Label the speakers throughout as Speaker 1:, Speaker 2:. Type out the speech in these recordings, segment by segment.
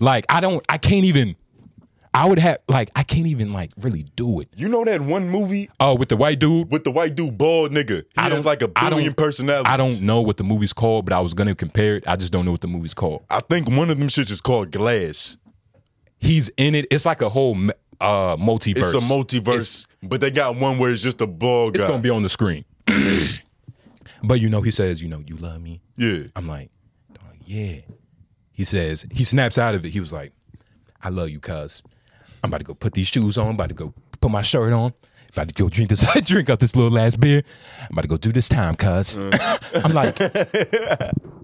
Speaker 1: Like I don't, I can't even. I would have like I can't even like really do it.
Speaker 2: You know that one movie
Speaker 1: Oh, with the white dude,
Speaker 2: with the white dude bald nigga? He
Speaker 1: I
Speaker 2: has
Speaker 1: don't-
Speaker 2: like a
Speaker 1: I don't-
Speaker 2: billion personalities.
Speaker 1: I don't know what the movie's called, but I was gonna compare it. I just don't know what the movie's called.
Speaker 2: I think one of them shits is called Glass.
Speaker 1: He's in it. It's like a whole m- uh multiverse.
Speaker 2: It's a multiverse, but they got one where it's just a bald
Speaker 1: It's
Speaker 2: guy.
Speaker 1: gonna be on the screen. but you know, he says, you know, you love me.
Speaker 2: yeah.
Speaker 1: I'm like, "Dog, yeah. He says, he snaps out of it. He was like, I love you, cuz. I'm about to go put these shoes on, about to go put my shirt on, about to go drink this drink up this little last beer. I'm about to go do this time, cuz. I'm like,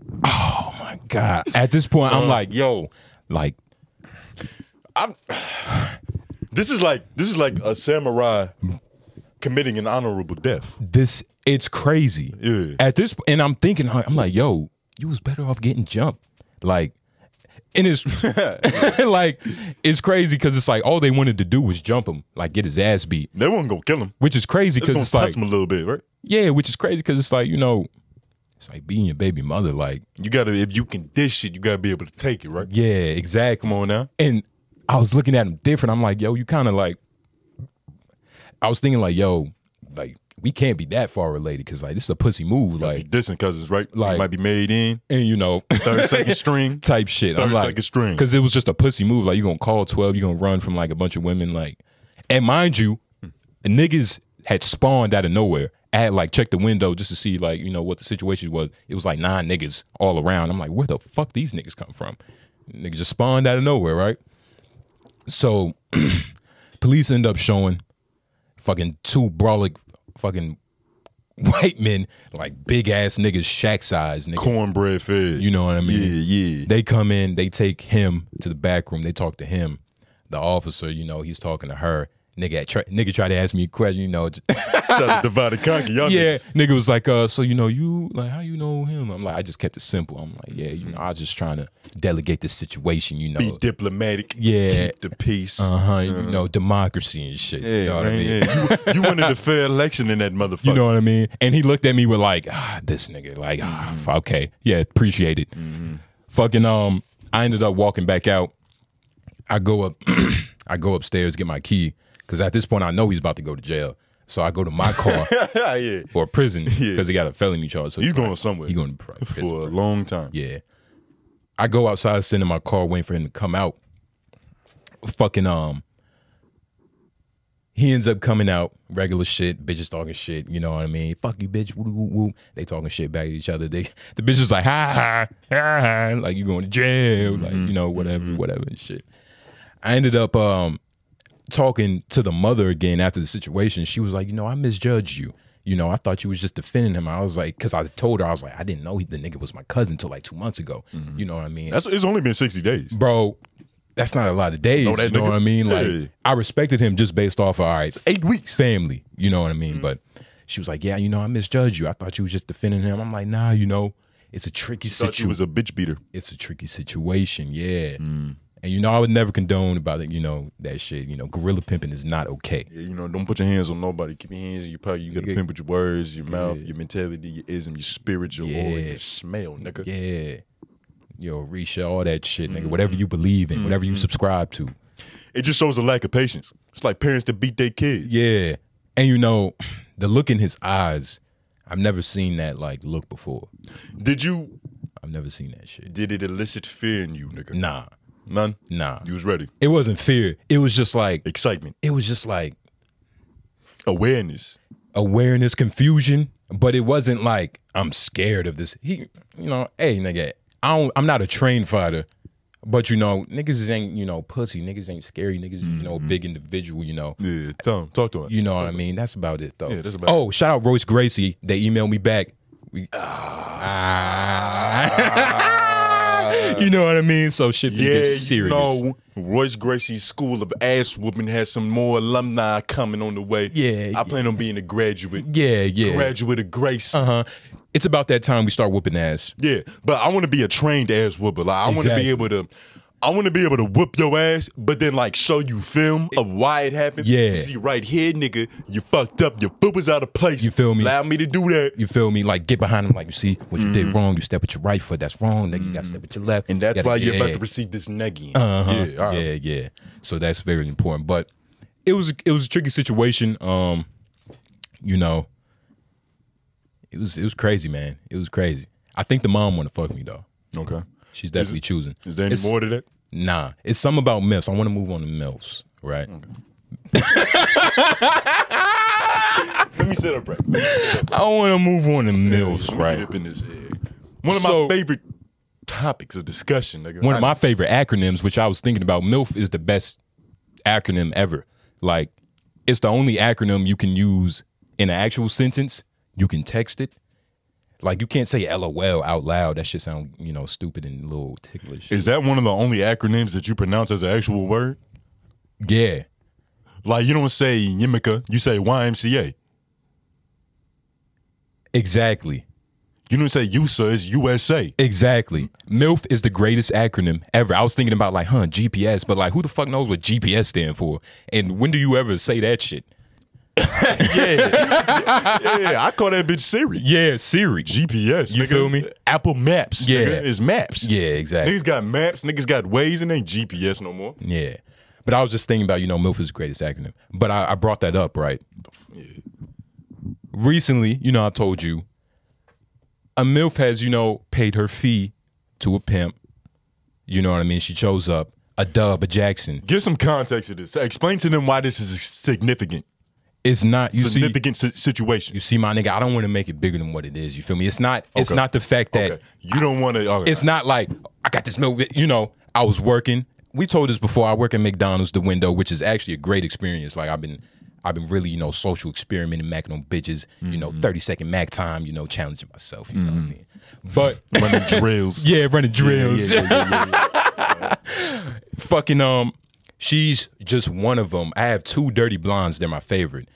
Speaker 1: oh my God. At this point, I'm like, yo, like,
Speaker 2: This is like this is like a samurai committing an honorable death.
Speaker 1: this it's crazy
Speaker 2: Yeah.
Speaker 1: at this and i'm thinking like, i'm like yo you was better off getting jumped like and it's like it's crazy because it's like all they wanted to do was jump him like get his ass beat
Speaker 2: They won't go kill him.
Speaker 1: which is crazy
Speaker 2: They're
Speaker 1: because
Speaker 2: gonna
Speaker 1: it's like
Speaker 2: touch him a little bit, right?
Speaker 1: yeah which is crazy because it's like you know it's like being your baby mother like
Speaker 2: You gotta if you can dish it, you gotta be able to take it, right?
Speaker 1: yeah exactly
Speaker 2: Come on now.
Speaker 1: and I was looking at him different. I'm like, yo, you kind of like. I was thinking like, yo, like we can't be that far related because like this is a pussy move,
Speaker 2: You
Speaker 1: like,
Speaker 2: dissing cousins, right? Like,
Speaker 1: like-
Speaker 2: might be made in
Speaker 1: and you know,
Speaker 2: third, second string.
Speaker 1: type shit. I'm
Speaker 2: Third,
Speaker 1: like,
Speaker 2: second string.
Speaker 1: because it was just a pussy move. Like you gonna call twelve, you gonna run from like a bunch of women. Like, and mind you, the niggas had spawned out of nowhere. I had like checked the window just to see like you know what the situation was. It was like nine niggas all around. I'm like, where the fuck these niggas come from? Niggas just spawned out of nowhere, right? So, police end up showing fucking two brawlic fucking white men like big ass niggas, shack size niggas.
Speaker 2: Cornbread fed.
Speaker 1: You know what I mean?
Speaker 2: Yeah, yeah.
Speaker 1: They come in, they take him to the back room, they talk to him. The officer, you know, he's talking to her. Nigga, try, nigga tried to ask me a question, you know.
Speaker 2: Shout out to Divided Conquer. Y'all
Speaker 1: yeah,
Speaker 2: niggas.
Speaker 1: nigga was like, uh, so you know, you like how you know him? I'm like, I just kept it simple. I'm like, yeah, you know, I was just trying to delegate the situation, you
Speaker 2: Be
Speaker 1: know.
Speaker 2: diplomatic.
Speaker 1: Yeah.
Speaker 2: Keep the peace.
Speaker 1: Uh huh. You know, democracy and shit.
Speaker 2: Uh-huh. Yeah,
Speaker 1: you know what I
Speaker 2: man,
Speaker 1: mean?
Speaker 2: yeah. You, you wanted a fair election in that motherfucker.
Speaker 1: You know what I mean? And he looked at me with like, ah, this nigga, like, ah,
Speaker 2: Mm-hmm.
Speaker 1: f- okay, yeah, appreciate it. Fucking, um, I ended up walking back out. I go up, I go upstairs get my key because at this point I know he's about to go to jail. So I go to my car
Speaker 2: yeah.
Speaker 1: or prison because he got a felony charge. So
Speaker 2: He's going
Speaker 1: probably-
Speaker 2: somewhere
Speaker 1: He going to pri- prison.
Speaker 2: for a long time.
Speaker 1: Yeah. I go outside, sit in my car, waiting for him to come out. Fucking um. He ends up coming out, regular shit, bitches talking shit, you know what I mean? Fuck you, bitch. Woo, woo, woo. They talking shit back at each other. They the bitch was like, ha ha, ha ha, like you going to jail, like, you know, whatever, whatever and shit. I ended up um talking to the mother again after the situation. She was like, you know, I misjudged you. You know, I thought you was just defending him. I was like, because I told her, I was like, I didn't know he, the nigga was my cousin until like two months ago. You know what I mean?
Speaker 2: That's it's only been sixty days.
Speaker 1: Bro, that's not a lot of days.
Speaker 2: that
Speaker 1: you know
Speaker 2: nigga.
Speaker 1: what I mean? Like,
Speaker 2: Yeah.
Speaker 1: I respected him just based off of, all right,
Speaker 2: Eight weeks.
Speaker 1: family. You know what I mean? But she was like, yeah, you know, I misjudged you. I thought you was just defending him. I'm like, nah, you know, it's a tricky
Speaker 2: Thought you
Speaker 1: situation
Speaker 2: was a bitch beater.
Speaker 1: it's a tricky situation, yeah.
Speaker 2: Mm.
Speaker 1: And you know, I would never condone about it, you know, that shit. You know, gorilla pimping is not okay.
Speaker 2: Yeah, you know, don't put your hands on nobody. Keep your hands in your pocket. You gotta pimp with your words, your mouth, your mentality, your ism, your spirit, your aura,
Speaker 1: Yeah.
Speaker 2: your smell, nigga.
Speaker 1: Yeah. Yo, Risha, all that shit, nigga. Whatever you
Speaker 2: Mm-hmm.
Speaker 1: believe in, whatever you subscribe to.
Speaker 2: It just shows a lack of patience. It's like parents that beat their kids.
Speaker 1: Yeah. And you know, the look in his eyes, I've never seen that like look before.
Speaker 2: Did you
Speaker 1: I've never seen that shit.
Speaker 2: did it elicit fear in you, nigga?
Speaker 1: Nah.
Speaker 2: None?
Speaker 1: Nah.
Speaker 2: You was ready.
Speaker 1: It wasn't fear. It was just like
Speaker 2: Excitement.
Speaker 1: it was just like
Speaker 2: Awareness.
Speaker 1: awareness, confusion, but it wasn't like I'm scared of this. He, you know, hey nigga, I don't, I'm not a trained fighter, but you know, niggas ain't you know pussy, niggas ain't scary, niggas is, you know a
Speaker 2: Mm-hmm.
Speaker 1: big individual, you know.
Speaker 2: Yeah, tell him. Talk to him.
Speaker 1: You know what I mean? That's about it though.
Speaker 2: Yeah, that's about
Speaker 1: oh, shout out Royce Gracie. They emailed me back. We, Ah. you know what I mean? So shit finna
Speaker 2: yeah,
Speaker 1: get serious.
Speaker 2: no. Royce Gracie's School of Ass Whooping has some more alumni coming on the way.
Speaker 1: Yeah,
Speaker 2: I plan on being a graduate.
Speaker 1: Yeah, yeah.
Speaker 2: Graduate of grace.
Speaker 1: uh-huh. It's about that time we start whooping ass.
Speaker 2: Yeah, but I want to be a trained ass whooper. Like I want to
Speaker 1: Exactly.
Speaker 2: be able to. I want to be able to whoop your ass, but then like show you film of why it happened.
Speaker 1: Yeah.
Speaker 2: See right here, nigga, you fucked up. Your foot was out of place.
Speaker 1: You feel me?
Speaker 2: Allow me to do that.
Speaker 1: You feel me? Like get behind him. Like you see what you did wrong. You step with your right foot. That's wrong. Then you got to step with your left.
Speaker 2: Mm-hmm. And that's
Speaker 1: You gotta-
Speaker 2: why you're
Speaker 1: yeah.
Speaker 2: about to receive this negging.
Speaker 1: Uh-huh.
Speaker 2: Yeah, all right.
Speaker 1: yeah, yeah. So that's very important. But it was it was a tricky situation. Um, you know, it was it was crazy, man. It was crazy. I think the mom want to fuck me though.
Speaker 2: Okay.
Speaker 1: She's definitely choosing.
Speaker 2: Is there any
Speaker 1: It's-
Speaker 2: more to that?
Speaker 1: Nah, it's something about myths. I want to move on to myths, right?
Speaker 2: Let me set up right. Let me set up.
Speaker 1: I want to move on to myths,
Speaker 2: Let me
Speaker 1: right?
Speaker 2: Get up in this egg. One of
Speaker 1: So-
Speaker 2: my favorite topics of discussion. Nigga.
Speaker 1: One of my favorite acronyms, which I was thinking about, MILF is the best acronym ever. Like, it's the only acronym you can use in an actual sentence. You can text it. Like, you can't say LOL out loud. That shit sound, you know, stupid and a little ticklish.
Speaker 2: Is that one of the only acronyms that you pronounce as an actual word?
Speaker 1: Yeah.
Speaker 2: Like you don't say Yimica, you say YMCA.
Speaker 1: Exactly.
Speaker 2: You don't say USA, it's USA.
Speaker 1: Exactly. MILF is the greatest acronym ever. I was thinking about like, huh, GPS, but like who the fuck knows what GPS stand for? And when do you ever say that shit?
Speaker 2: yeah, I call that bitch Siri.
Speaker 1: Yeah, Siri.
Speaker 2: GPS.
Speaker 1: You
Speaker 2: nigga.
Speaker 1: feel me?
Speaker 2: Apple Maps.
Speaker 1: Yeah.
Speaker 2: nigga. it's maps.
Speaker 1: yeah, exactly.
Speaker 2: Niggas got maps. Niggas got ways, and ain't GPS no more.
Speaker 1: Yeah. But I was just thinking about, you know, MILF is the greatest acronym. But I, I brought that up, right? Recently, you know, I told you, a MILF has, you know, paid her fee to a pimp. You know what I mean? She chose up a dub, a Jackson.
Speaker 2: Give some context to this. Explain to them why this is a significant,
Speaker 1: It's not, you see,
Speaker 2: significant si- situation.
Speaker 1: you see, my nigga, I don't want to make it bigger than what it is. You feel me? It's not, it's
Speaker 2: Okay.
Speaker 1: not the fact that
Speaker 2: Okay. You don't want to. Okay.
Speaker 1: it's not like I got this milk. You know, I was working. We told this before. I work at McDonald's, the window, which is actually a great experience. Like I've been, I've been really, you know, social experimenting, macking on bitches. You know, thirty second mac time. You know, challenging myself. You know what I mean? But
Speaker 2: running drills.
Speaker 1: yeah, running drills.
Speaker 2: yeah, yeah, yeah, yeah.
Speaker 1: Fucking um, she's just one of them. I have two dirty blondes. They're my favorite.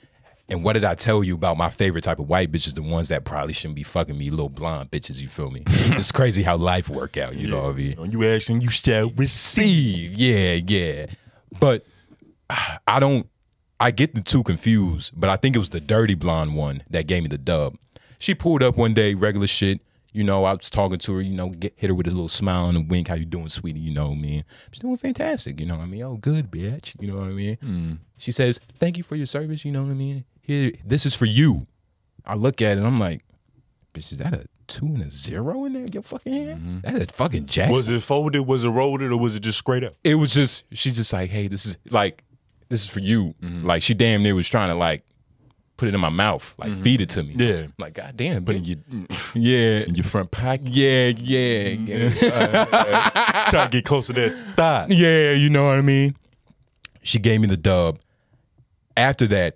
Speaker 1: And what did I tell you about my favorite type of white bitches? The ones that probably shouldn't be fucking me, little blonde bitches. You feel me? it's crazy how life work out. You know what I mean?
Speaker 2: When you asking, you shall receive.
Speaker 1: Steve. Yeah, yeah. But ah, I don't. I get the two confused, but I think it was the dirty blonde one that gave me the dub. She pulled up one day, regular shit. You know, I was talking to her. You know, get, hit her with a little smile and a wink. How you doing, sweetie? You know, what I mean, she's doing fantastic. You know, what I mean, oh, good, bitch. You know what I mean? She says, "Thank you for your service." You know what I mean? Here, this is for you. I look at it. and I'm like, bitch, is that a two and a zero in there? Your fucking hand? That is fucking Jackson.
Speaker 2: Was it folded? Was it rolled? Or was it just straight up?
Speaker 1: it was just she just like, hey, this is like this is for you.
Speaker 2: Mm-hmm.
Speaker 1: Like she damn near was trying to like put it in my mouth, like feed it to me.
Speaker 2: Mm-hmm. Yeah.
Speaker 1: I'm like God damn, but
Speaker 2: In your,
Speaker 1: yeah,
Speaker 2: in your front pocket.
Speaker 1: yeah, yeah, yeah.
Speaker 2: Try to get close to that thigh.
Speaker 1: Yeah, you know what I mean? She gave me the dub. After that,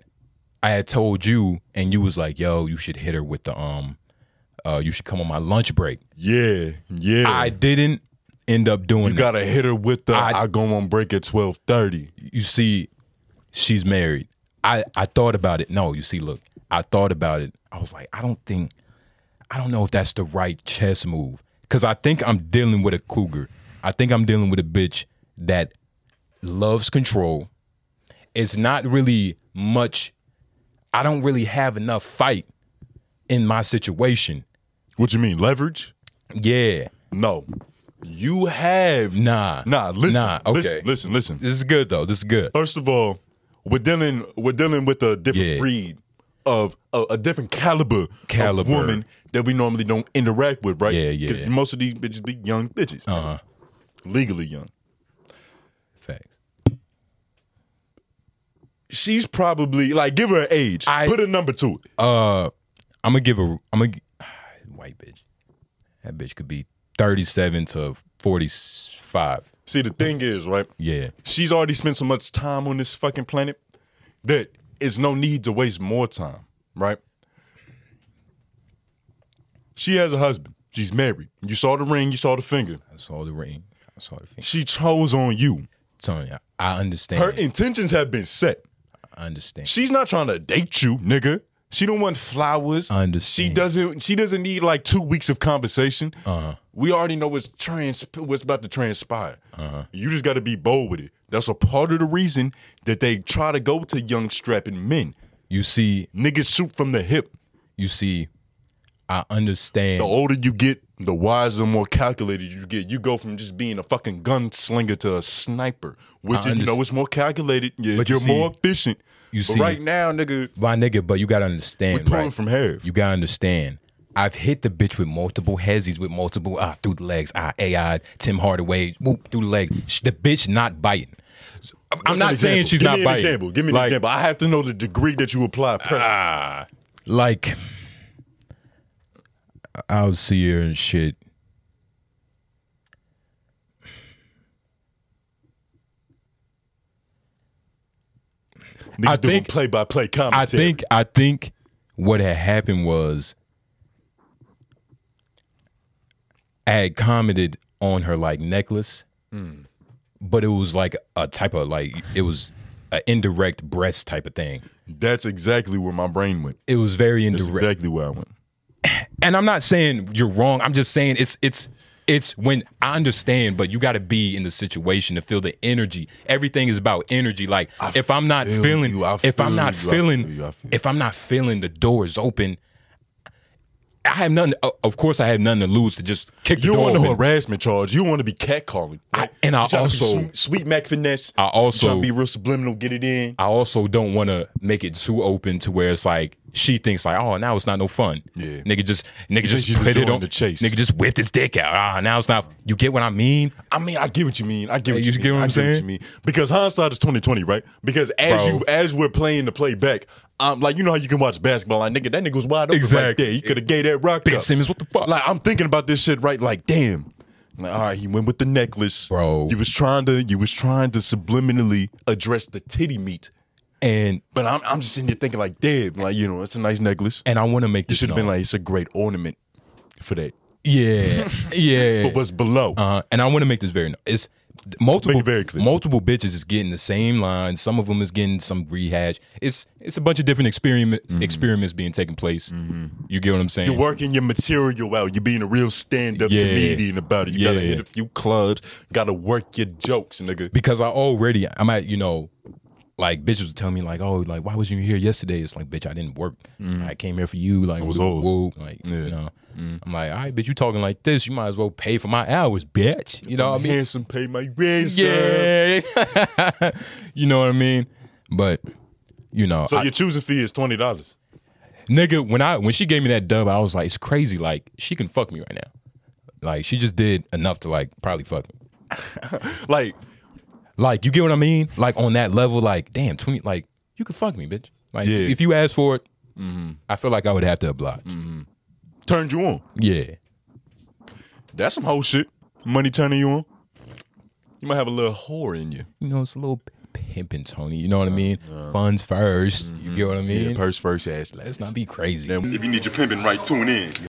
Speaker 1: I had told you, and you was like, yo, you should hit her with the um uh you should come on my lunch break.
Speaker 2: Yeah, yeah.
Speaker 1: I didn't end up doing
Speaker 2: you
Speaker 1: that.
Speaker 2: gotta hit her with the.
Speaker 1: I-
Speaker 2: I, go on break at twelve thirty.
Speaker 1: you see, she's married. I, I thought about it. No, you see, look, I thought about it. I was like, I don't think, I don't know if that's the right chess move. Cause I think I'm dealing with a cougar. I think I'm dealing with a bitch that loves control. It's not really much, I don't really have enough fight in my situation.
Speaker 2: What you mean leverage?
Speaker 1: Yeah.
Speaker 2: No, you have
Speaker 1: Nah.
Speaker 2: Nah, listen.
Speaker 1: Nah, okay.
Speaker 2: Listen, listen, listen.
Speaker 1: This is good though. This is good.
Speaker 2: First of all, we're dealing we're dealing with a different
Speaker 1: Yeah.
Speaker 2: breed of a, a different caliber,
Speaker 1: Caliber.
Speaker 2: of woman that we normally don't interact with, right?
Speaker 1: Yeah, yeah.
Speaker 2: Because most of these bitches be young bitches,
Speaker 1: Uh-huh.
Speaker 2: legally young.
Speaker 1: Facts.
Speaker 2: She's probably like give her an age,
Speaker 1: I-
Speaker 2: put a number to it.
Speaker 1: Uh, I'm gonna give a. I'm a white bitch. That bitch could be 37 to 45.
Speaker 2: See, the thing is, right?
Speaker 1: Yeah,
Speaker 2: She's already spent so much time on this fucking planet that it's no need to waste more time, right? She has a husband. She's married. You saw the ring. You saw the finger.
Speaker 1: I saw the ring. I saw the thing.
Speaker 2: She chose on you.
Speaker 1: Tony, I, I understand.
Speaker 2: Her intentions have been set.
Speaker 1: I understand.
Speaker 2: She's not trying to date you, nigga. She don't want flowers.
Speaker 1: I understand.
Speaker 2: She doesn't. She doesn't need like two weeks of conversation.
Speaker 1: Uh-huh.
Speaker 2: We already know what's trans. What's about to transpire. You just got to be bold with it. That's a part of the reason that they try to go to young strapping men.
Speaker 1: You see,
Speaker 2: Niggas shoot from the hip.
Speaker 1: you see, I
Speaker 2: The
Speaker 1: understand.
Speaker 2: older you get, the wiser, more calculated you get. You go from just being a fucking gunslinger to a sniper, which
Speaker 1: I
Speaker 2: is, you know
Speaker 1: underst-
Speaker 2: it's more calculated. Yeah,
Speaker 1: But you
Speaker 2: you're more
Speaker 1: see-
Speaker 2: efficient.
Speaker 1: you
Speaker 2: but
Speaker 1: see-
Speaker 2: right now, nigga,
Speaker 1: My nigga, but you gotta
Speaker 2: we
Speaker 1: understand,
Speaker 2: pulling
Speaker 1: right?
Speaker 2: from half.
Speaker 1: You gotta understand. I've hit the bitch with multiple hezzies, with multiple ah through the legs, ah AI, Tim Hardaway, whoop through the legs. Sh- The bitch not biting. I'm- I'm
Speaker 2: What's
Speaker 1: not
Speaker 2: an
Speaker 1: saying
Speaker 2: example?
Speaker 1: she's
Speaker 2: Give
Speaker 1: not
Speaker 2: me an
Speaker 1: biting.
Speaker 2: Example. Give me an
Speaker 1: Like, Uh,
Speaker 2: example. I have to know the degree that you apply pressure.
Speaker 1: like I'll see her and shit.
Speaker 2: Niggas
Speaker 1: I
Speaker 2: doing
Speaker 1: think-
Speaker 2: play by play
Speaker 1: I
Speaker 2: commentary.
Speaker 1: think I think what had happened was I had commented on her like necklace, but it was like a type of like it was an indirect breast type of thing.
Speaker 2: that's exactly where my brain went.
Speaker 1: It was very
Speaker 2: That's
Speaker 1: indirect,
Speaker 2: exactly where I went.
Speaker 1: and I'm not saying you're wrong. I'm just saying it's it's it's when I understand, but you got to be in the situation to feel the energy. Everything is about energy. Like if I'm not
Speaker 2: feel
Speaker 1: feeling,
Speaker 2: you, I
Speaker 1: if I'm
Speaker 2: feel
Speaker 1: not
Speaker 2: you, I
Speaker 1: feeling,
Speaker 2: feel you, I feel
Speaker 1: if I'm not feeling, the door is open. I have nothing. o- Of course, I have nothing to lose to just kick the
Speaker 2: You don't
Speaker 1: door
Speaker 2: want no
Speaker 1: open.
Speaker 2: harassment charge. You want to be catcalling.
Speaker 1: I- and I
Speaker 2: You tryna be
Speaker 1: also-
Speaker 2: sweet, sweet Mac finesse.
Speaker 1: I also-
Speaker 2: trying to be real subliminal. Get it in.
Speaker 1: I also don't want to make it too open to where it's like she thinks like, oh, now it's not no fun.
Speaker 2: Yeah.
Speaker 1: nigga just nigga
Speaker 2: she's
Speaker 1: just put it
Speaker 2: enjoying
Speaker 1: on
Speaker 2: the chase.
Speaker 1: Nigga just whipped his dick out. Ah, now it's not. You get what I mean?
Speaker 2: I mean, I get what you mean. I get what
Speaker 1: Hey,
Speaker 2: you,
Speaker 1: you
Speaker 2: mean.
Speaker 1: get what
Speaker 2: I
Speaker 1: I'm
Speaker 2: Get what
Speaker 1: saying?
Speaker 2: you mean. Because hindsight is twenty twenty, right? Because as
Speaker 1: Bro.
Speaker 2: you as we're playing the playback, I'm um, like, you know how you can watch basketball, like nigga, that nigga was wide open right
Speaker 1: Exactly.
Speaker 2: there. He could have gave that rock.
Speaker 1: Ben
Speaker 2: up.
Speaker 1: Simmons, what the fuck?
Speaker 2: Like I'm thinking about this shit, right? Like, damn. Like, all right, he went with the necklace,
Speaker 1: Bro.
Speaker 2: You was trying to, you was trying to subliminally address the titty meat,
Speaker 1: and
Speaker 2: but I'm, I'm just sitting here thinking like, damn, like you know, it's a nice necklace.
Speaker 1: and I want to make
Speaker 2: You
Speaker 1: this
Speaker 2: should have
Speaker 1: known.
Speaker 2: been like, it's a great ornament for that.
Speaker 1: Yeah, yeah.
Speaker 2: But what's below?
Speaker 1: uh, and I want to make this very. It's multiple,
Speaker 2: Make it very clear.
Speaker 1: multiple bitches is getting the same line. Some of them is getting some rehash. It's it's a bunch of different experiment experiments being taken place. You get what I'm saying?
Speaker 2: Mm-hmm. You're working your material out. You're being a real stand-up
Speaker 1: Yeah.
Speaker 2: comedian about it. You gotta
Speaker 1: Yeah.
Speaker 2: hit a few clubs. Gotta work your jokes, nigga.
Speaker 1: because I already I'm at you know, like bitches would tell me like, oh, like why wasn't you here yesterday? It's like, bitch, I didn't work. I came here for you. Like,
Speaker 2: Mm. was
Speaker 1: woo,
Speaker 2: old. Mm.
Speaker 1: woo, like you know, I'm like, all right, bitch, you talking like this? You might as well pay for my hours, bitch. You know what I mean?
Speaker 2: Handsome, pay my ransom.
Speaker 1: Yeah, you know what I mean. But you know,
Speaker 2: So
Speaker 1: I-
Speaker 2: your choosing fee is twenty dollars.
Speaker 1: nigga, when I when she gave me that dub, I was like, it's crazy. Like she can fuck me right now. Like she just did enough to like probably fuck me.
Speaker 2: Like
Speaker 1: Like you get what I mean? Like on that level, like damn, twenty, like you can fuck me, bitch. Like
Speaker 2: Yeah.
Speaker 1: if you ask for it,
Speaker 2: Mm-hmm.
Speaker 1: I feel like I would have to oblige.
Speaker 2: Mm. turned you on.
Speaker 1: Yeah,
Speaker 2: That's some whole shit. Money turning you on. You might have a little whore in you.
Speaker 1: you know, it's a little pimping, Tony. You know what I mean? Funds 1st You get what I mean?
Speaker 2: Mm-hmm. purse first, ass last.
Speaker 1: Let's not be crazy.
Speaker 2: If you need your pimping right, tune in.